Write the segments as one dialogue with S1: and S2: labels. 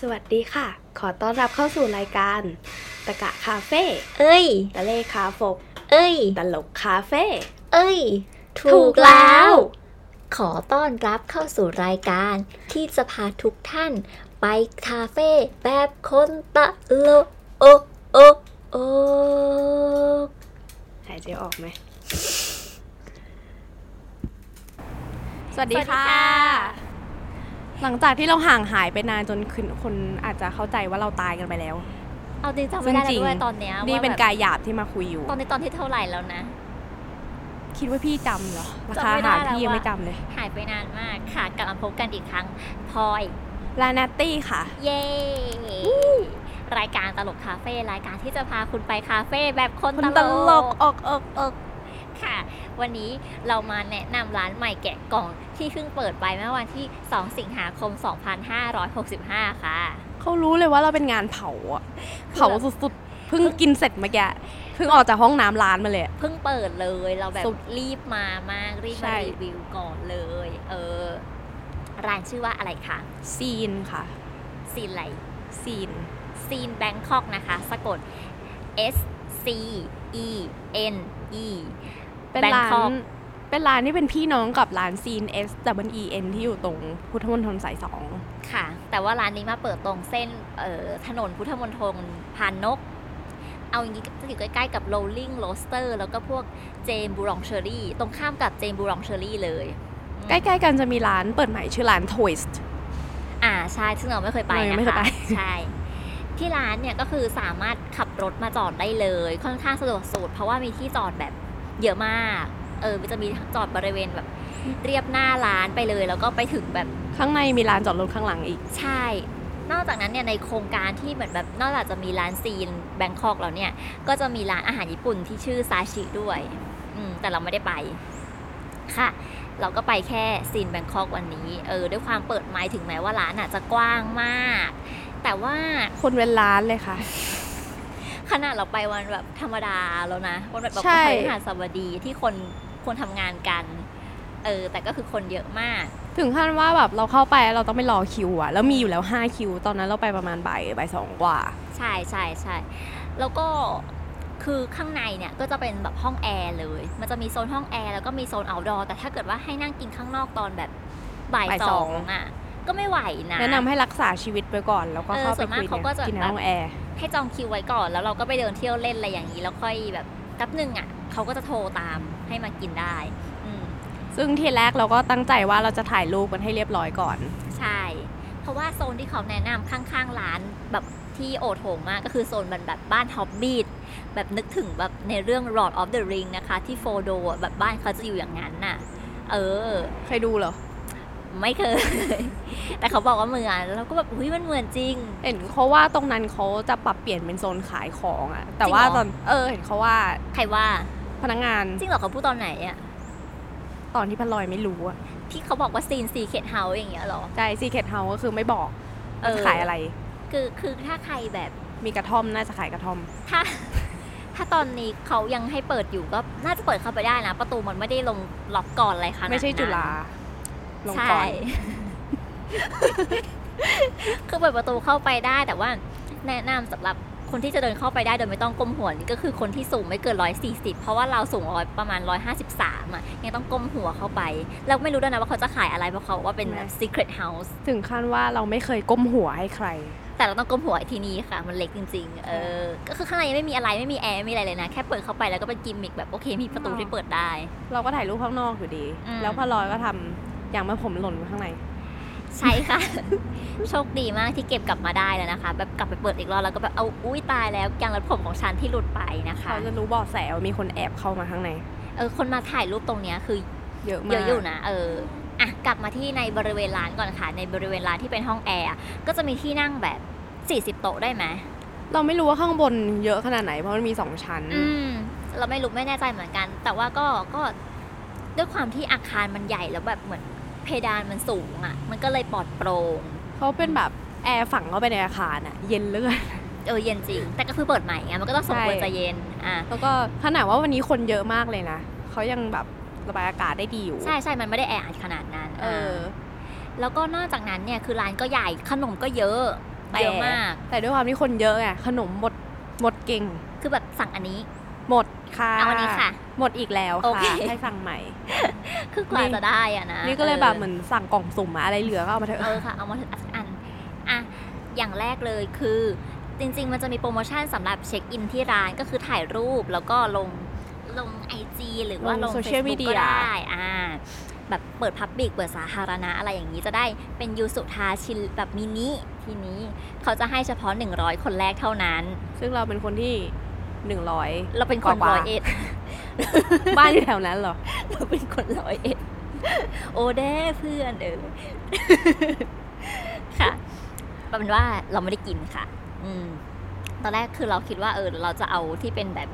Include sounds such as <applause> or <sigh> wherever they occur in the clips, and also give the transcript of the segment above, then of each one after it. S1: สวัสดีค่ะ ขอต้อนรับเข้าสู่รายการ ตะกะคาเฟ่
S2: เอ้ย
S1: ตะเลคาฟก
S2: เอ้ย
S1: ตลกคาเฟ่
S2: เอ้ย ถูกแล้ว ขอต้อนรับเข้าสู่รายการ ที่จะพาทุกท่าน ไปคาเฟ่แบบคนตะโลกโอโอโอ
S1: หายใจออกไหม สวัสดีค่ะ หลังจากที่เราห่างหายไปนานจนคนคนอาจจะเข้าใจว่าเราตายกันไปแล้ว
S2: เอาจริงจำไม่ได้
S1: ซึ่งจริ
S2: แล้
S1: ง
S2: วด้วยตอนเนี้ย
S1: นี่
S2: ว่า
S1: เป็น
S2: แบบ
S1: กายหยาบที่มาคุยอยู่
S2: ตอนนี้ตอนที่เท่าไหร่แล้วนะ
S1: คิดว่าพี่จำเหรอราคา
S2: จำไม่
S1: อาหาร
S2: ได้แล้ว
S1: พี่ยัง
S2: อะ
S1: ไม่จำเลย
S2: หายไปนานมากค่ะกลับมาพบกันอีกครั้งพลอย
S1: ลานาตี้ค่ะ
S2: เย้ รายการตลกคาเฟ่รายการที่จะพาคุณไปคาเฟ่แบบคน
S1: คน
S2: ต
S1: ต
S2: ล
S1: ล
S2: ก
S1: กออกออกออก
S2: ค่ะ วันนี้เรามาแนะนำร้านใหม่แกะกล่องที่เพิ่งเปิดไปเมื่อวันที่ 2 สิงหาคม 2565 ค่ะ
S1: เขารู้เลยว่าเราเป็นงานเผาอะเผาสุดๆ เพิ่งกินเสร็จเมื่อกี้เพิ่งออกจากห้องน้ำร้านมาเลย
S2: เพิ่งเปิดเลยเราแบบ
S1: สุด
S2: รีบมามากรีบ
S1: ใช่
S2: มารีวิวก่อนเลย เออ ร้านชื่อว่าอะไรคะ
S1: ซีนค่ะ
S2: ซีนไหล
S1: ซีน
S2: ซีนแบงคอกนะคะ สะกด S C E N E
S1: เป็นร้าน
S2: Bangkok
S1: เป็นร้านที่เป็นพี่น้องกับร้านซีน S W E N ที่อยู่ตรงพุทธมณฑลสายสอง
S2: ค่ะ แต่ว่าร้านนี้มาเปิดตรงเส้นเอ่อถนนพุทธมณฑลผ่านนก เอาอย่างนี้จะอยู่ใกล้ๆกับ Rolling Roaster แล้วก็พวกเจมบูรองเชอรี่ ตรงข้ามกับเจมบูรองเชอรี่เลย
S1: ใกล้ๆกันจะมีร้านเปิดใหม่ชื่อร้าน Toast
S2: อ่าใช่ ซึ่งเราไม่เคยไป
S1: เรายัง
S2: นะ
S1: ไม่เคย
S2: คะ
S1: ไป
S2: ใช่ ที่ร้านเนี่ยก็คือสามารถขับรถมาจอดได้เลย ค่อนข้างสะดวกสุดเพราะว่ามีที่จอดแบบเยอะมาก เออมันจะมีจอดบริเวณแบบเรียบหน้าร้านไปเลย แล้วก็ไปถึงแบบ
S1: ข้างในมีร้านจอดรถข้างหลังอีก
S2: ใช่ นอกจากนั้นเนี่ยในโครงการที่เหมือนแบบนอกจากจะมีร้านซีนแบงคอกแล้วเนี่ย ก็จะมีร้านอาหารญี่ปุ่นที่ชื่อซาชิด้วยอืมแต่เราไม่ได้ไป ค่ะ เราก็ไปแค่ซีนแบงคอกวันนี้ เออ ด้วยความเปิดไม้ถึงแม้ว่าร้านอ่ะจะกว้างมาก แต่ว่า
S1: คนเว้นร้านเลยค่ะ
S2: ขนาดเราไปวันแบบธรรมดาแล้วนะ วันแบบ
S1: ใช่
S2: พฤหัสบดีที่คนคนทำงานกัน เออ แต่ก็คือคนเยอะมาก
S1: ถึงขั้นว่าแบบเราเข้าไปเราต้องไปรอคิวอะแล้วมีอยู่แล้ว 5 คิว ตอนนั้นเราไปประมาณบ่ายบ่ายสองกว่า
S2: ใช่ใช่ใช่แล้วก็คือข้างในเนี่ยก็จะเป็นแบบห้องแอร์เลย มันจะมีโซนห้องแอร์แล้วก็มีโซน o u t ดอร์ แต่ถ้าเกิดว่าให้นั่งกินข้างนอกตอนแบบบ่าย
S1: บ่าย
S2: ส
S1: ส
S2: อ
S1: อง ง
S2: อ่ะ ก็ไม่ไหวนะ
S1: แนะนำให้รักษาชีวิตไว้ก่อนแล้วก็
S2: เออ
S1: เข้า
S2: ส่
S1: ไป
S2: วนมาก
S1: คุย
S2: เขาก็จะ
S1: กินในห้องแอร์
S2: ให้จองคิวไว้ก่อน แล้วเราก็ไปเดินเที่ยวเล่นอะไรอย่างนี้ แล้วค่อยแบบแป๊บหนึ่งอ่ะเขาก็จะโทรตามให้มากินได้ อืม
S1: ซึ่งทีแรกเราก็ตั้งใจว่าเราจะถ่ายรูปกันให้เรียบร้อยก่อน
S2: ใช่ เพราะว่าโซนที่เขาแนะนำข้างๆร้านแบบที่โอโถงมากก็คือโซนมันแบบบ้านฮอบบี้แบบนึกถึงแบบในเรื่อง Lord of the Ring นะคะ ที่โฟโดอะแบบบ้านเขาจะอยู่อย่างนั้นน่ะ เออ
S1: เคยดูเหรอ
S2: ไม่เคย <laughs> แต่เขาบอกว่าเหมือนแล้วเราก็แบบอุ้ยมันเหมือนจริง
S1: เห็นเขาว่าตรงนั้นเขาจะปรับเปลี่ยนเป็นโซนขายของอะแต่ว่า
S2: จริงเหรอ
S1: ตอนเออ เห็นเขาว่า
S2: ใครว่า
S1: พนักงาน
S2: จริงเหรอเขาพูดตอนไหนอะ
S1: ตอนที่พันลอยไม่รู้อะ
S2: ที่เขาบอกว่าซีนซีเคทเฮาอย่างเงี้ยเหรอ
S1: ใจซีเคทเฮาก็คือไม่บอก
S2: เออ
S1: จะขายอะไร
S2: คือคือถ้าใครแบบ
S1: มีกระท่อมน่าจะขายกระท่อม
S2: ถ้า ถ้าตอนนี้เขายังให้เปิดอยู่ก็น่าจะเปิดเข้าไปได้นะ ประตูมันไม่ได้ลงล็อกก่อนอะไรค่ะ
S1: ไม่ใช่จุฬาลงก่อน
S2: <laughs> คือเปิดประตูเข้าไปได้แต่ว่าแนะนำสำหรับคนที่จะเดินเข้าไปได้โดยไม่ต้องก้มหัวนี่ก็คือคนที่สูงไม่เกิน 140 เพราะว่าเราสูงร้อยประมาณ 153 อ่ะ ยังต้องก้มหัวเข้าไป แล้วไม่รู้ด้วยนะว่าเขาจะขายอะไรเพราะเขาบอกว่าเป็น
S1: ไม่
S2: secret house
S1: ถึงขั้นว่าเราไม่เคยก้มหัวให้ใคร
S2: แต่เราต้องก้มหัวไอ้ทีนี้ค่ะ มันเล็กจริง ๆ เออ ก็คือข้างในยังไม่มีอะไรไม่มีแอร์ไม่มีอะไรเลยนะ แค่เปิดเข้าไปแล้วก็เป็นกิมมิคแบบโอเคมีประตูที่เปิดได้
S1: เราก็ถ่ายรูปข้างนอกอยู่ดี
S2: อืม
S1: แล้วพันลอยก็ทำอย่างเมื่อผมหล่นไว้ข้างใน
S2: ใช่ค่ะ <laughs> โชคดีมากที่เก็บกลับมาได้แล้วนะคะ แบบกลับไปเปิดอีกรอบแล้วก็แบบเอาอุ้ยตายแล้วยางรัดผมของฉันที่หลุดไปนะคะ
S1: เขาจะรู้เบาะแสว่ามีคนแอบเข้ามาข้างใน
S2: เออคนมาถ่ายรูปตรงเนี้ยคือ
S1: เยอะมาก
S2: เยอะอยู่นะเอออ่ะกลับมาที่ในบริเวณร้านก่อนค่ะ ในบริเวณร้านที่เป็นห้องแอร์อะก็จะมีที่นั่งแบบ 40 โต๊ะได้ไหม
S1: เราไม่รู้ว่าข้างบนเยอะขนาดไหนเพราะมันมีสองชั้น
S2: อืม เราไม่รู้ไม่แน่ใจเหมือนกัน แต่ว่าก็ก็ด้วยความที่อาคารมันใหญ่แล้วแบบเหมือนเพดานมันสูงอะมันก็เลยปลอดโปร่ง
S1: เขาเป็นแบบแอร์ฝังเข้าไปในอาคารอะเย็นเหลือเกิน
S2: เออเย็นจริง แต่ก็คือเปิดใหม่ไงมันก็ต้องสมควร
S1: ใช่
S2: จะเย็นอ่ะ
S1: <laughs> แล้วก็ขนาดว่าวันนี้คนเยอะมากเลยนะเขายังแบบระบายอากาศได้ดีอยู่
S2: ใช่ใช่ มันไม่ได้แออัดขนาดนั้น
S1: เออ
S2: าแล้วก็นอกจากนั้นเนี่ย คือร้านก็ใหญ่ ขนมก็เยอะ
S1: แต่
S2: เยอะมาก
S1: แต่ด้วยความที่คนเยอะไงขนมหมดหมดเก่ง
S2: คือแบบสั่งอันนี้
S1: หมดค่ะ
S2: เอาอันนี้ค่ะ
S1: หมดอีกแล้ว
S2: โอ
S1: ค่ะ
S2: เค
S1: ให้สั่งใหม่
S2: คือกว่า
S1: นี่
S2: จะได้อะนะ
S1: นี่ก็เลยแบบเหมือนสั่งกล่องสุ่มมาอะไรเหลือก็เอามาเถ
S2: เอ
S1: อะ
S2: อค่ะ เอามาถึงอันอันอ่ะอย่างแรกเลยคือจริง ๆ มันจะมีโปรโมชั่นสำหรับเช็คอินที่ร้านก็คือถ่ายรูปแล้วก็ลงลงไอจีหรือว่า
S1: ล
S2: ล
S1: ง
S2: ง
S1: social
S2: Facebook
S1: media
S2: ก็ได้อ่าแบบเปิดพับบิกเปิดสาธารณะอะไรอย่างนี้จะได้เป็นยูสุทาชินแบบมินิทีนี้เขาจะให้เฉพาะ 100 คนแรกเท่านั้น
S1: ซึ่งเราเป็นคนที่หนึ่ง
S2: <laughs>
S1: ร้อย
S2: เราเป็นคน
S1: กว่าๆ
S2: ร้อยเอ็ด
S1: บ้านอยู่แถวนั้นเหรอ
S2: เราเป็นคนร้อยเอ็ด <laughs> โอเด้เพื่อนเออ <laughs> ค่ะประมาณว่าเราไม่ได้กินค่ะ อืม ตอนแรกคือเราคิดว่าเออ เราจะเอาที่เป็นแบบ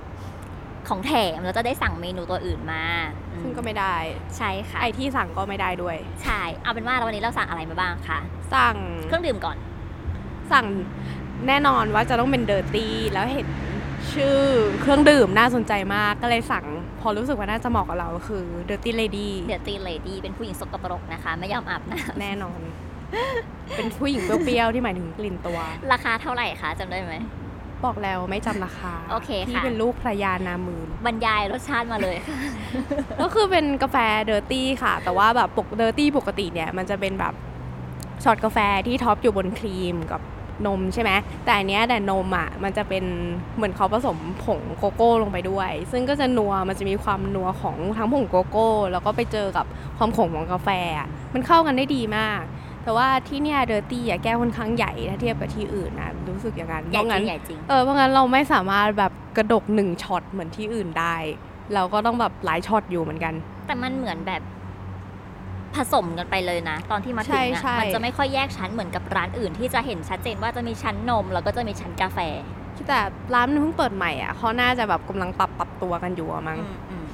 S2: ของแถมเราจะได้สั่งเมนูตัวอื่นมาอื
S1: ซึ่งก็ไม่ได้
S2: ใช่ค่ะ
S1: ไอที่สั่งก็ไม่ได้ด้วย
S2: ใช่เอาเป็นว่าวันนี้เราสั่งอะไรมาบ้างคะ
S1: สั่ง
S2: เครื่องดื่มก่อน
S1: สั่งแน่นอนว่าจะต้องเป็นเดอร์ตี้แล้วเห็นชื่อเครื่องดื่มน่าสนใจมากก็เลยสั่ง พอรู้สึกว่าน่าจะเหมาะกับเราคือ Dirty Lady
S2: เดี๋ยวตีเลดี้เป็นผู้หญิงสกปรกนะคะ ไม่ยอมอาบน้
S1: แน่นอน เป็นผู้หญิงเปรี้ยวๆที่หมายถึงกลิ่นตัว
S2: ำราคาเท่าไหร่คะจำได้ไหม
S1: บอกแล้วไม่จำราคา
S2: โอเคค่ะ
S1: ที่เป็นลูกพระยานามืน
S2: บรรยายรสชาติมาเลยค่ะ
S1: ก็คือเป็นกาแฟเดอร์ตี้ค่ะ แต่ว่าแบบปกเดอร์ตี้ปกติเนี่ย มันจะเป็นแบบช็อตกาแฟที่ท็อปอยู่บนครีมกับนมใช่ไหมแต่อันเนี้ยแต่นมอ่ะมันจะเป็นเหมือนเขาผสมผงโกโก้ลงไปด้วย ซึ่งก็จะนัวมันจะมีความนัวของทั้งผงโกโก้ แล้วก็ไปเจอกับความขมของกาแฟอะมันเข้ากันได้ดีมาก แต่ว่าที่เนี่ยเดอร์ตี้อ่ะแก้วค่อนข้างใหญ่ถ้าเทียบกับที่อื่นนะรู้สึกอย่างนั้น
S2: ใหญ่
S1: เพราะงั้น
S2: จริงใหญ่จริง
S1: เออเพราะงั้นเราไม่สามารถแบบกระดกหนึ่งช็อตเหมือนที่อื่นได้ เราก็ต้องแบบหลายช็อตอยู่เหมือนกัน
S2: แต่มันเหมือนแบบผสมกันไปเลยนะ ตอนที่มาถึง
S1: ใช่
S2: อะ
S1: ใช่
S2: มันจะไม่ค่อยแยกชั้นเหมือนกับร้านอื่น ที่จะเห็นชัดเจนว่าจะมีชั้นนม แล้วก็จะมีชั้นกาแฟ
S1: แต่ร้านมันเพิ่งเปิดใหม่อ่ะเขาน่าจะแบบกำลังปรับปรับตัวกันอยู่อะมั้ง
S2: อืม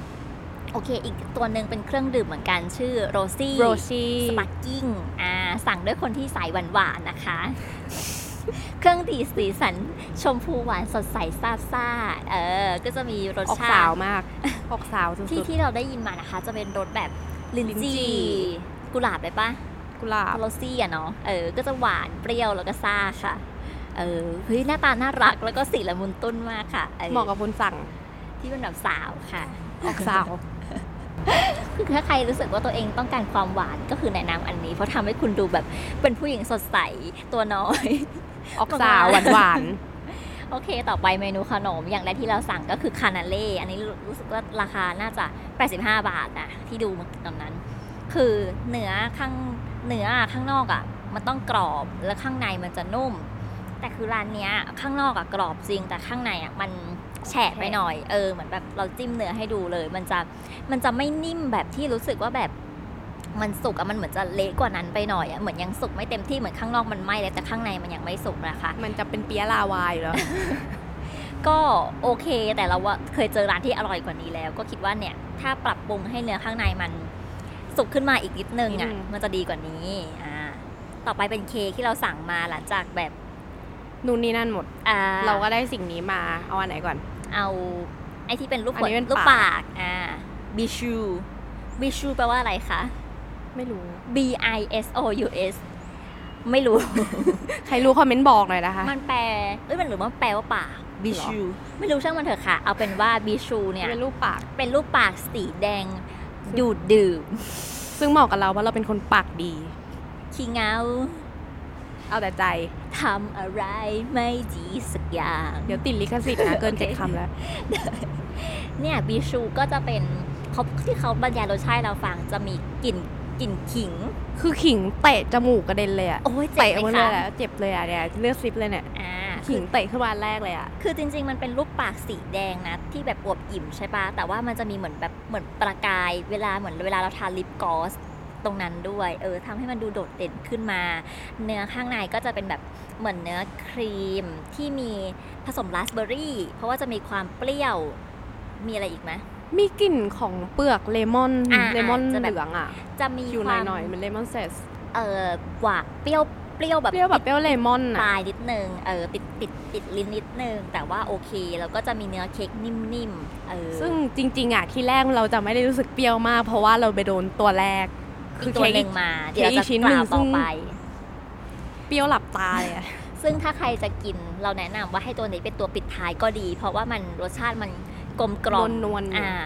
S2: โอเค อีกตัวหนึ่งเป็นเครื่องดื่มเหมือนกันชื่อโรซี่
S1: โรซี่
S2: สปักกิ้งอ่าสั่งด้วยคนที่สายหวานๆนะคะ <laughs> เครื่องดีสีสันชมพูหวานสดใสซาบซ่าเออ ก็จะมีรส
S1: ออก
S2: ชา
S1: สาว
S2: ติ
S1: มาก <laughs> ออกสาวสุ
S2: ที่
S1: ด
S2: ที่เราได้ยินมานะคะ จะเป็นรสแบบลิน
S1: ลิ้นจี่
S2: จีกุหลาบเลยปะ
S1: ๆกุหลาบ
S2: โรซี่อะเนาะ เออ ก็จะหวานเปรี้ยวแล้วก็ซ่าค่ะ เออ เฮ้ยหน้าตาน่ารักแล้วก็สีละมุนตุ้นมากค่ะออ
S1: เหมาะกับคนสั่ง
S2: ที่เป็นแบบสาวค่ะ
S1: ออกส <laughs> าว
S2: คือถ้าใครรู้สึกว่าตัวเองต้องการความหวานก็คือแนะนำอันนี้ เพราะทำให้คุณดูแบบเป็นผู้หญิงสดใสตัวน้อย
S1: ออกสาวหวานหวาน
S2: โอเค ต่อไปเมนูขนมอย่างแรกที่เราสั่งก็คือคานาเล่ อันนี้รู้สึกว่าราคาน่าจะ 85 บาทอะที่ดูตอนนั้น คือเนื้อข้างเนื้อข้างนอกอะมันต้องกรอบแล้วข้างในมันจะนุ่ม แต่คือร้านเนี้ยข้างนอกอะกรอบจริง แต่ข้างในอะมันแฉะไปหน่อยเออเหมือนแบบเราจิ้มเนื้อให้ดูเลย มันจะมันจะไม่นิ่มแบบที่รู้สึกว่าแบบมันสุกอะมันเหมือนจะเละกว่านั้นไปหน่อยอะเหมือนยังสุกไม่เต็มที่เหมือนข้างนอกมันไหม้แล้วแต่ข้างในมันยังไม่สุกนะคะ
S1: ๆมันจะเป็นเปียะลาวาอยแล้ว
S2: ก็โอเคแต่เราว่าเคยเจอร้านที่อร่อยกว่านี้แล้ว ก็คิดว่าเนี่ยถ้าปรับปรุงให้เนื้อข้างในมันสุกขึ้นมาอีกนิดนึง
S1: นิ
S2: อ่ะ
S1: ดนึง
S2: มันจะดีกว่านี้อ่าต่อไปเป็นเค้กที่เราสั่งมาหลังจากแบบ
S1: นู่นนี่นั่นหมด
S2: อ่า
S1: เราก็ได้สิ่งนี้มาเอาอันไหนก่อน
S2: เอาไอ้ที่เป็นรูป
S1: อั
S2: หัวน
S1: นี้เป็น
S2: รูป
S1: ปา
S2: ปาก กอ่าบิชูบิชูแปลว่าอะไรคะ
S1: ไม่รู้
S2: B I S O U S ไม่รู้
S1: ใครรู้คอมเมนต์บอกหน่อยนะคะ
S2: มันแปลเอ้ยมันหรือมันแปลว่าปากบิ
S1: หรอ
S2: ชูไม่รู้ช่างมันเถอะค่ะ เอาเป็นว่าบิชูเนี่ย
S1: เป็นรูปปาก
S2: เป็นรูปปากสีแดงดูดดื่ม
S1: ซึ่งเหมาะกับเราเพราะเราเป็นคนปากดี
S2: ขี้เหงา
S1: เอาแต่ใจ
S2: ทำอะไรไม่ดีสักอย่าง
S1: เดี๋ยวติดลิขสิทธิ์
S2: <laughs>
S1: นะเกินเจ็ด
S2: โอเค
S1: คำแล้ว
S2: เนี่ยบีชูก็จะเป็นเขาที่เขาบรรยายรสชาติให้เราฟังจะมีกลิ่นกลิ่นขิง
S1: คือขิงเตะจมูกกระเด็นเลยอะ
S2: โอ้ยเจ็บ
S1: เตะ
S2: ไหม
S1: มันเล
S2: คะ
S1: ยอะเจ็บเลยอะเนี่ยเลือดซิบเลยเนี่ย
S2: อ่าคื
S1: ขิ
S2: อง
S1: เตะขึ้นมาอันแรกเลยอะ
S2: คือจริง ๆ มันเป็นรูปปากสีแดงนะ ที่แบบอวบอิ่มใช่ปะแต่ว่ามันจะมีเหมือนแบบเหมือนประกายเวลาเหมือนเวลาเราทาลิปกลอสตรงนั้นด้วย เออทำให้มันดูโดดเด่นขึ้นมา เนื้อข้างในก็จะเป็นแบบเหมือนเนื้อครีมที่มีผสมราสเบอร์รี่ เพราะว่าจะมีความเปรี้ยวมีอะไรอีกไหม
S1: มีกลิ่นของเปลือกเลมอน
S2: อ่า
S1: เลมอน
S2: จะ
S1: เห
S2: แบบ
S1: ลืองอะ
S2: จะมี
S1: อยู่ห
S2: ค
S1: น่
S2: วา
S1: อย
S2: ม
S1: หน่อยๆเหมันเลมอนเซส
S2: เออหวานเปรี้ยวเปรี้ยวแบบ
S1: เปรี้ยวแบบเปรี้ยวเลมอน
S2: ป
S1: อะ
S2: ลายนิดนึงเออติดติดติดลิ้นนิดนึง แต่ว่าโอเค แล้วก็จะมีเนื้อเค้กนิ่มๆเออ
S1: ซึ่งจริง ๆอะที่แรกเราจะไม่ได้รู้สึกเปรี้ยวมาก เพราะว่าเราไปโดนตัวแรก
S2: อีกตัวหนึ่งมา เดี๋ยว
S1: เค้กอีก
S2: เราจะ
S1: ชิ้น
S2: ก
S1: หนึ่
S2: ล่าง วต่อ
S1: ซึ่ง
S2: ไป
S1: เปรี้ยวหลับตาเลยอะ
S2: ซึ่งถ้าใครจะกินเราแนะนำว่าให้ตัวนี้เป็นตัวปิดท้ายก็ดี เพราะว่ามันรสชาติมันกลมกล่อม
S1: นวลๆอยู่
S2: อ่า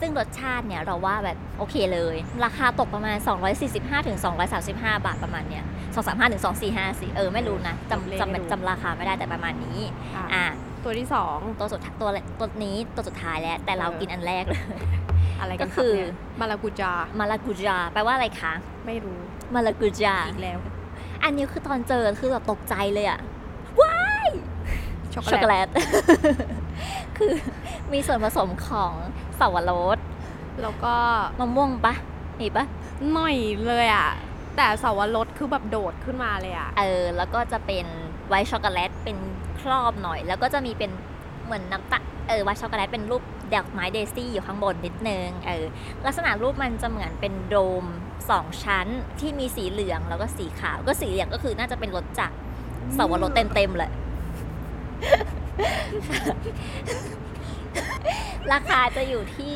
S2: ซึ่งรสชาติเนี่ยเราว่าแบบโอเคเลย ราคาตกประมาณ 245ถึง235 บาทประมาณเนี่ย235ถึง245สิเออไม่รู้นะจำจำ
S1: ไม่รู้
S2: จำราคาไม่ได้แต่ประมาณนี้
S1: อ่ะ
S2: อ่า
S1: ตัวที่สอง
S2: ตัวสุดท้ายตัวแรกตัวนี้ตัวสุดท้ายแล้ว แต่เรา
S1: เออ
S2: กินอันแรกเลย <laughs>
S1: อะไรกั
S2: ก็
S1: น
S2: คื
S1: รับ
S2: อ
S1: เนี่ยมารากูจา
S2: มาลากูจาแปลว่าอะไรคะ
S1: ไม่รู้
S2: มาลากูจา
S1: อีกแล้ว
S2: อันนี้คือตอนเจอคือแบบตกใจเลยอะ
S1: ช็อก
S2: ช็อก
S1: โก
S2: โก
S1: แลต
S2: แลต <laughs> คือมีส่วนผสมของสับปะรด
S1: แล้วก็
S2: มะม่วงปะมีปะ
S1: หน่อยเลยอ่ะ แต่สวรสคือแบบโดดขึ้นมาเลยอ่ะ
S2: เออ แล้วก็จะเป็นไวท์ช็อกโกแลตเป็นครอบหน่อย แล้วก็จะมีเป็นเหมือนน้ำตาลเออไวท์ช็อกโกแลตเป็นรูปดอกไม้เดซี่อยู่ข้างบนนิดนึง เออ ลักษณะรูปมันจะเหมือนเป็นโดมสองชั้นที่มีสีเหลืองแล้วก็สีขาว ก็สีเหลืองก็คือน่าจะเป็นรสจากสับปะรดเต็มๆเลย <laughs> ราคาจะอยู่ที่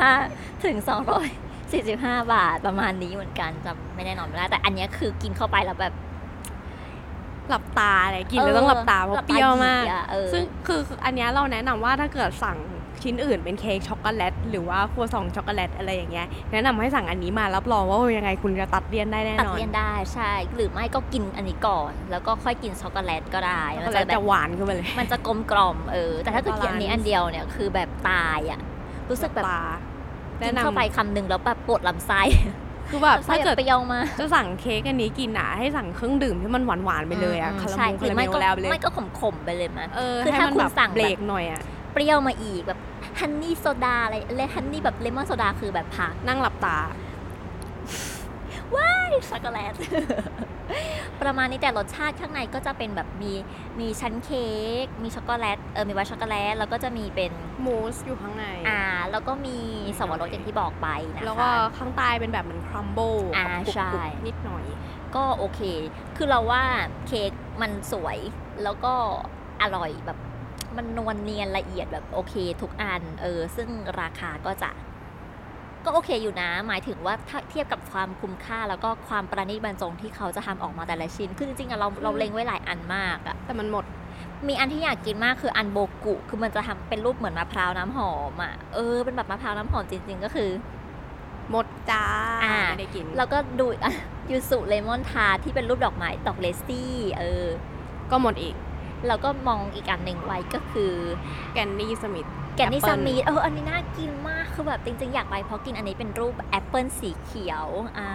S2: 235 ถึง 245 บาทประมาณนี้เหมือนกันจำไม่แน่นอนไม่ได้ แต่อันเนี้ยคือกินเข้าไปแล้วแบบ
S1: หลับตาเลยกินแล้วต้องหลับตาเพราะเปรี้ยวมาก
S2: หลับตหยิอะเออ
S1: ซึ่งคืออันเนี้ยเราแนะนำว่าถ้าเกิดสั่งชิ้นอื่นเป็นเค้กช็อกโกแลตหรือว่าครัวซองช็อกโกแลตอะไรอย่างเงี้ยแนะนำให้สั่งอันนี้มารับรองว่ายังไงคุณจะตัดเลี่ยนได้แน่
S2: ตัด
S1: นอน
S2: เลี่ยนได้ใช่ หรือไม่ก็กินอันนี้ก่อน แล้วก็ค่อยกินช็อกโกแลตก็ได้
S1: ช็อก
S2: มั
S1: โก
S2: น
S1: แล
S2: จะ
S1: ต
S2: แบ
S1: จะ
S2: บ
S1: หวานขึ้นไปเลย
S2: มันจะกลมกล่อมเออ แต่ถ้าเกิดกินอันนี้อันเดียวเนี่ยคือแบบตายอ่ะ รู้สึกแบบ
S1: ตา
S2: กิ
S1: แนะ
S2: น
S1: นำ
S2: เข้าไปคำหนึงแล้วแบบปวดลำไส้
S1: คือแบบ
S2: ลำไส้
S1: ถ้า
S2: แบ
S1: เกิด
S2: บเปรี้ยวมาก
S1: จะสั่งเค้กอันนี้กินอ่ะให้สั่งเครื่องดื่มที่มันหวานหวานๆไปเลยอ่ะ
S2: ม
S1: คารา
S2: ใช่
S1: เมล
S2: หรื
S1: คา
S2: อ
S1: ราเม
S2: ไม่
S1: ล
S2: ก็
S1: แล้วเลย
S2: ไม่ก็ขมขมๆไปเลยมั้ย
S1: เออ
S2: คือ
S1: ให้
S2: ถ้า
S1: มัน
S2: คุณ
S1: แบบ
S2: สั่งแบบ
S1: เบรกหน่อยอ่ะ
S2: เปรี้ยวมาอีกแบบฮันนี่โซดาอะไรและฮันนี่แบบเลมอนโซดาคือแบบผัก
S1: นั่งหลับตา
S2: ช็อกโกแลต <laughs> ประมาณนี้แต่รสชาติข้างในก็จะเป็นแบบมีมีชั้นเค้กมีช็อกโกแลตเออมีไวท์ช็อกโกแลตแล้วก็จะมีเป็น
S1: มูสอยู่ข้างใน
S2: อ่า แล้วก็มีสวรสอย่างที่บอกไปนะคะ
S1: แล้วก็ข้างใต้เป็นแบบเหมือนครัมโบ
S2: อ่าใช่
S1: นิดหน่อย
S2: ก็โอเค คือเราว่าเค้กมันสวย แล้วก็อร่อยแบบ มันนวลเนียนละเอียดแบบโอเคทุกอัน เออ ซึ่งราคาก็จะ ก็โอเคอยู่นะ หมายถึงว่าถ้าเทียบกับความคุ้มค่า แล้วก็ความประณีตบรรจงที่เขาจะทำออกมาแต่ละชิ้น คือจริงๆอะเราเราเล็งไว้หลายอันมากอะ
S1: แต่มันหมด
S2: มีอันที่อยากกินมากคืออันโบกุ คือมันจะทำเป็นรูปเหมือนมะพร้าวน้ำหอมอะเออ เป็นแบบมะพร้าวน้ำหอมจริง ๆ ก็คือ
S1: หมดจ้า
S2: อ่า
S1: ไม่ได้กิน
S2: แล้วก็ดูอีกอัน <laughs> ยูสุเลมอนทาร์ตที่เป็นรูปดอกไม้ดอกเลซี่ เออ
S1: ก็หมดอีก
S2: แล้วก็มองอีกอันหนึ่งไว้ก็คือ
S1: แกนนี่สมิธ
S2: แกนนี่
S1: Apple
S2: ซามีดเอออันนี้น่ากินมากคือแบบจริงๆ อยากไปเพราะกินอันนี้เป็นรูปแอปเปิลสีเขียวอ่า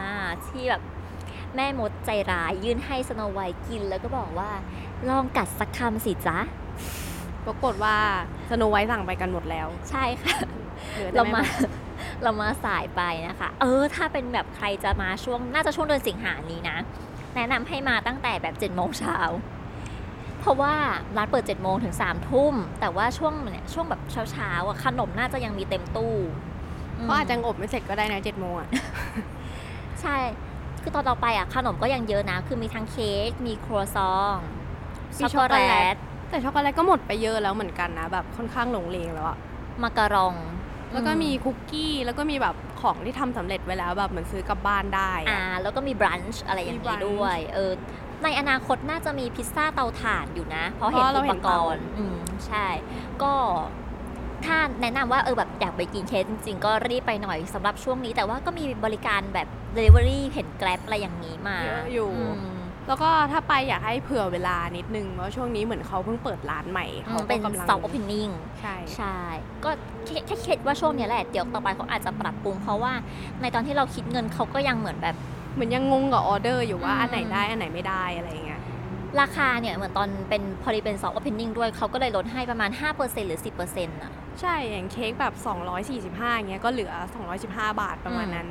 S2: ที่แบบแม่มดใจร้ายยื่นให้สโนไวท์กินแล้วก็บอกว่า ลองกัดสักคำสิจ๊ะ
S1: ปรากฏว่าสโนไวท์สั่งไปกันหมดแล้ว
S2: ใช่ค่ะ
S1: หลือแต่
S2: เรา
S1: แ
S2: มา <laughs> เรามาสายไปนะคะ เออ ถ้าเป็นแบบใครจะมาช่วงน่าจะช่วงเดือนสิงหานี้นะ แนะนำให้มาตั้งแต่แบบ7จ็ดโมงเช้า เพราะว่าร้านเปิด7จ็ดโมงถึง3ามทุ่ม แต่ว่าช่วงเนี่ยช่วงแบบเช้าๆอ่ะขนมน่าจะยังมีเต็มตู้ม
S1: เขาอาจจะงบไม่เสร็จก็ได้นะเจ็ดโมงอ่ะ
S2: ใช่ คือตอนเราไปอ่ะขนมก็ยังเยอะนะ คือมีทั้งเค้ก มีครัวซอง
S1: มี
S2: ช็อก
S1: ช็
S2: โก
S1: อกโก
S2: แล
S1: แลต
S2: ต
S1: แต่ช็อกโกแลตก็หมดไปเยอะแล้วเหมือนกันนะ แบบค่อนข้างหลงเลงแล้วอะ
S2: มาการอง
S1: แล้วก็มีคุกกี้ แล้วก็มีแบบของที่ทำสำเร็จไว้แล้วแบบเหมือนซื้อกลับบ้านได้
S2: อ่า
S1: อะ
S2: แล้วก็มีบรันช์อะไรอย่าง
S1: มี
S2: นี้
S1: brunch
S2: ด้วย เออ ในอนาคตน่าจะมีพิซซ่าเตาถ่านอยู่นะ เพราะเห็น
S1: เพราะเรา
S2: อุ
S1: เห็
S2: ป
S1: น
S2: ก
S1: เตา
S2: รณ์อืมใช่ ก็ถ้าแนะนำว่าเออแบบอยากไปกินเคสจริงๆ ก็รีบไปหน่อยสำหรับช่วงนี้ แต่ว่าก็มีบริการแบบ Delivery เห็นแกลบอะไรอย่างนี้มา
S1: เยอะอยู่
S2: ม
S1: แล้วก็ถ้าไปอยากให้เผื่อเวลานิดนึงเพราะช่วงนี้เหมือนเขาเพิ่งเปิดร้านใหม่เขาก็
S2: เป็น
S1: กำลัง
S2: สองโอเพนนิ่ง
S1: ใช่
S2: ใช่ ก็แค่แค่คิดว่าช่วงเนี้ยแหละ เดี๋ยวต่อไปเขาอาจจะปรับปรุง เพราะว่าในตอนที่เราคิดเงินเขาก็ยังเหมือนแบบ
S1: เหมือนยังงงกับออเดอร์อยู่ว่า
S2: อืม
S1: อันไหนได้อันไหนไม่ได้อะไรอย่างเงี้ย
S2: ราคาเนี่ยเหมือนตอนเป็นพอดีเป็นสองโอเพนนิ่งด้วยเขาก็เลยลดให้ประมาณ 5%หรือ 10%อ่ะ
S1: ใช่ อย่างเค้กแบบ 245อย่างเงี้ยก็เหลือ 215 บาทประมาณนั้น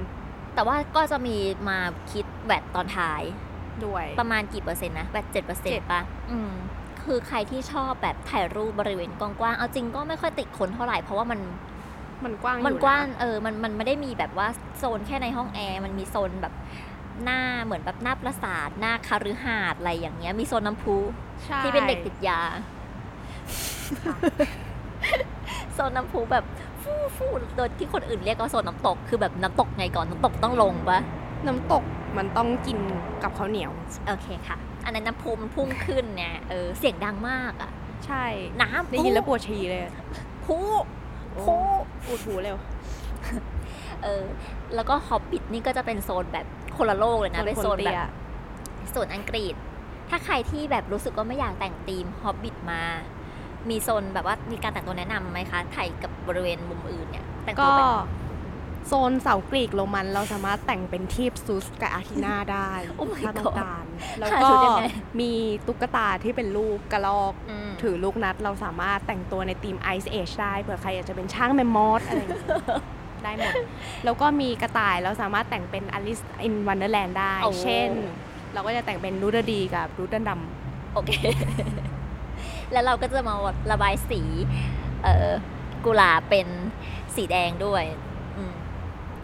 S2: แต่ว่าก็จะมีมาคิดแวดตอนท้าย
S1: ด้วย
S2: ประมาณกี่เปอร์เซ็นต์นะแวดเจ็ดเปอร์เซ็นต์
S1: 7
S2: ปะอืมคือใครที่ชอบแบบถ่ายรูปบริเวณกว้างๆ เอาจริงก็ไม่ค่อยติดคนเท่าไหร่ เพราะว่ามัน
S1: มันกว้างอยู่
S2: มันกว้าง
S1: ะ
S2: เออมันมันไม่ได้มีแบบว่าโซนแค่ในห้องแอร์ มันมีโซนแบบหน้าเหมือนแบบหน้าปราสาทหน้าคารือหาดอะไรอย่างเงี้ยมีโซนน้ำพุ
S1: ใช่
S2: ที่เป็นเด็กติดยา <laughs> โซนน้ำพุแบบฟู่ฟู่โดยที่คนอื่นเรียกว่าโซนน้ำตก คือแบบน้ำตกไงก่อนน้ำตกต้องลงปะ
S1: น้ำตกมันต้องกินกับข้าวเหนียว
S2: โอเคค่ะ อันนั้นน้ำพุมันพุ่งขึ้นเนี่ยเออเสียงดังมากอะ
S1: ใช่
S2: น้ำ
S1: ได้ยินแล้วปวดฉี่เลย
S2: พุพุ
S1: ปวดหูเร็ว
S2: เออแล้วก็ฮอบบิ t นี่ก็จะเป็นโซนแบบคนละโลกเลยนะ เป็นโซนแบบโซนอังกฤษ ถ้าใครที่แบบรู้สึกว่าไม่อยากแต่งธีมฮอบบิ t มา มีโซนแบบว่ามีการแต่งตัวแนะนำไหมคะไทยกับบริเวณมุมอื่นเนี่ย แต่งตั
S1: ก็
S2: วแบบ
S1: โซนเสากรีกโรมันเราสามารถแต่งเป็นทีปซูสกับอาทินาได้ถ้าต้องการแล้วก็มีตุ๊กตาที่เป็นรูปกระลอก
S2: อืม
S1: ถือลูกนัดเราสามารถแต่งตัวในทีม Ice Age ได้เผื่อใครอยากจะเป็นช่างแมมมอสอะไรอย่างเงี้ย
S2: <laughs>
S1: ได้หมด แล้วก็มีกระต่ายเราสามารถแต่งเป็น Alice in Wonderland ได้
S2: โอ้
S1: เช่น เราก็จะแต่งเป็นรูดดีกับรูดันดำ
S2: โอเค <laughs> แล้วเราก็จะมาระบายสีเออกุหลาบเป็นสีแดงด้วยอืม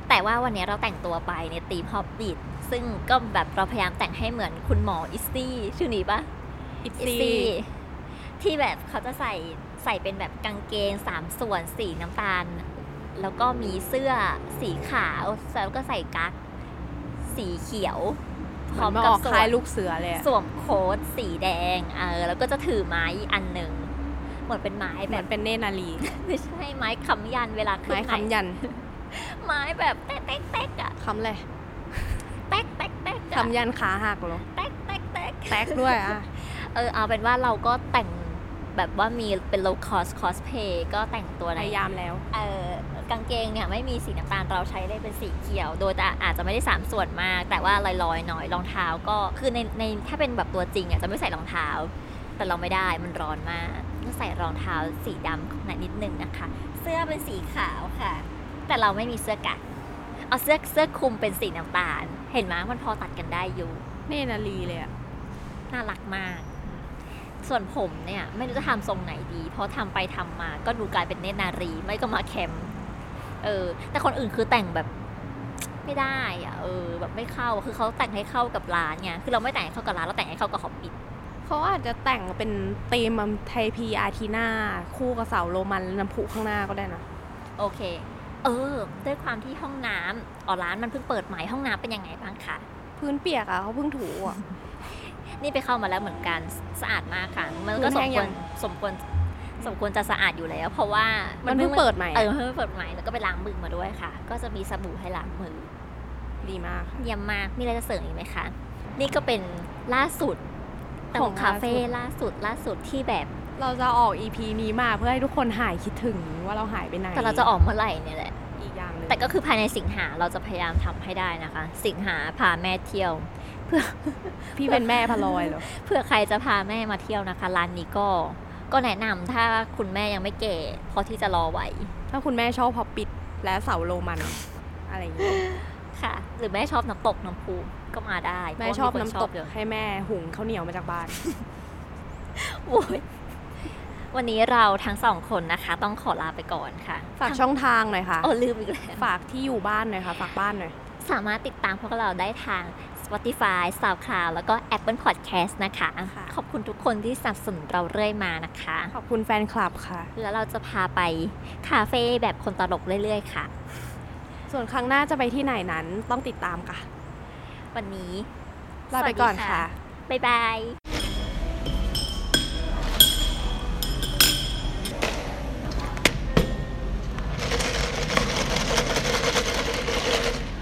S2: แต่ว่าวันนี้เราแต่งตัวไปในธีมฮอบบิทซึ่งก็แบบเราพยายามแต่งให้เหมือนคุณหมออิสตี้ชื่อนี้ปะ
S1: อิต
S2: อิ
S1: ซี
S2: ซี่ที่แบบเขาจะใส่ใส่เป็นแบบกางเกงสามส่วนสีน้ำตาล แล้วก็มีเสื้อสีขาวแล้วก็ใส่กั๊กสีเขียวพ
S1: เห
S2: ร้อ
S1: อ
S2: ม
S1: มมา
S2: กั
S1: อบ อก
S2: สว
S1: ค่าย
S2: ม
S1: ลูกเสือเลยอะ
S2: สวมโค้ทสีแดงเออแล้วก็จะถือไม้อันหนึ่งเหมือนเป็นไม้
S1: เห
S2: แบ
S1: มือบนเป็นเนตรนาลี
S2: ไม่ใช่ไม้คำยันเวลาขึ้น
S1: ไม้คำยัน
S2: ไม้แบบแต๊กแต๊กแต๊กอะ
S1: คำเลย
S2: แต๊กแต๊กแต๊กอะ
S1: คำยันขาหักเหรอ
S2: แต๊กแต๊กแต๊ก
S1: แตกด้วยอ่ะ
S2: เออเอาเป็นว่าเราก็แต่งแบบว่ามีเป็น low cost cosplay ก็แต่งตัว
S1: พ
S2: ใน
S1: ยายามแล้ว
S2: เออกางเกงเนี่ยไม่มีสีน้ำตาลเราใช้ได้เป็นสีเขียว โดยแต่อาจจะไม่ได้สามส่วนมาก แต่ว่าลอยๆหน่อยรองเท้าก็คือในในถ้าเป็นแบบตัวจริงเนี่ยจะไม่ใส่รองเท้า แต่เราไม่ได้มันร้อนมากก็ใส่รองเท้าสีดำหน่อยนิดนึงนะคะ เสื้อเป็นสีขาวค่ะ แต่เราไม่มีเสื้อกั๊กเอาเสื้อเสื้อคลุมเป็นสีน้ำตาล เห็นไหมมันพอตัดกันได้อยู่
S1: เนตรนาลีเลยอ่ะ
S2: น่ารักมาก ส่วนผมเนี่ย ไม่รู้จะทำทรงไหนดี เพราะทำไปทำมาก็ดูกลายเป็นเนตรนารี ไม่ก็มาแคม เออ แต่คนอื่นคือแต่งแบบ ไม่ได้อะเออ แบบไม่เข้า คือเขาแต่งให้เข้ากับร้านไง คือเราไม่แต่งให้เข้ากับร้าน เราแต่งให้เข้ากับฮอบบิท
S1: เขาอาจจะแต่งเป็นธีมไทยพีอาทีนาคู่กับเสาโรมันและน้ำพุข้างหน้าก็ได้นะ
S2: โอเค เออ ด้วยความที่ห้องน้ำอ๋อร้านมันเพิ่งเปิดใหม่ห้องน้ำเป็นยังไงบ้างคะ
S1: พื้นเปียกอะเขาเพิ่งถู <laughs> อะ
S2: นี่ไปเข้ามาแล้วเหมือนกันสะอาดมากค่ะ มันก็สมควรสมควรสมควรจะสะอาดอยู่แล้ว เพราะว่ามั
S1: มันเพิ่งเปิดใหม่
S2: เอ
S1: อะ
S2: อเพิ่งเปิดใหม่แล้วก็ไปล้างมือมาด้วยค่ะ ก็จะมีสบู่ให้ล้างมือ
S1: ดีมาก
S2: เยี่ยมมากมีอะไรจะเสริมอีกไหมคะ นี่ก็เป็นล่าสุดแต่
S1: ข
S2: ข
S1: อ
S2: อง ง
S1: ล่า
S2: คา
S1: สุด
S2: เฟ่ล่าสุดล่าสุดที่แบบ
S1: เราจะออก EP นี้มาเพื่อให้ทุกคนหายคิดถึงว่าเราหายไปไหน
S2: แต่เราจะออกเมื่อไหร่เนี่ยแหละ
S1: อีกอย่างหนึง
S2: แต่ก็คือภายในสิงหาเราจะพยายามทำให้ได้นะคะ สิงหาพาแม่เที่ยว เพื่อ <laughs>
S1: พี่เป็นแม่พลอยเหรอ
S2: เพื่อใครจะพาแม่มาเที่ยวนะคะร้านนี้ก็ ก็แนะนำถ้าคุณแม่ยังไม่แก่พอที่จะรอไหว
S1: <laughs> ถ้าคุณแม่ชอบพอปิดและเสาโรมันอะไรอย่างเงี้ย
S2: ค่ะ หรือแม่ชอบน้ำตกน้ำพุก็มาได้เพ
S1: แม่
S2: ราะว่า
S1: ชอบ
S2: ค
S1: น้ำตก
S2: เยอะ
S1: ให้แม่หุงข้าวเหนียวมาจากบ้าน
S2: โอ้ยวันนี้เราทั้งสองคนนะคะ ต้องขอลาไปก่อนค่ะ
S1: ฝากช่องทางหน่อยค่ะ
S2: โอ้ลืมอีกแล้ว
S1: ฝากที่อยู่บ้านหน่อยค่ะ ฝากบ้านหน่อย
S2: สามารถติดตามพวกเราได้ทาง Spotify SoundCloud แล้วก็ Apple Podcast นะคะ
S1: ค่ะ
S2: ขอบคุณทุกคนที่สนับสนุนเราเรื่อยมานะคะ
S1: ขอบคุณแฟนคลับค่ะ
S2: แล้วเราจะพาไปคาเฟ่แบบคนตลกเรื่อยๆค่ะ
S1: ส่วนครั้งหน้าจะไปที่ไหนนั้นต้องติดตามค่ะ
S2: วันนี้
S1: ลาไปก่อนค่ะ
S2: บ๊ายบาย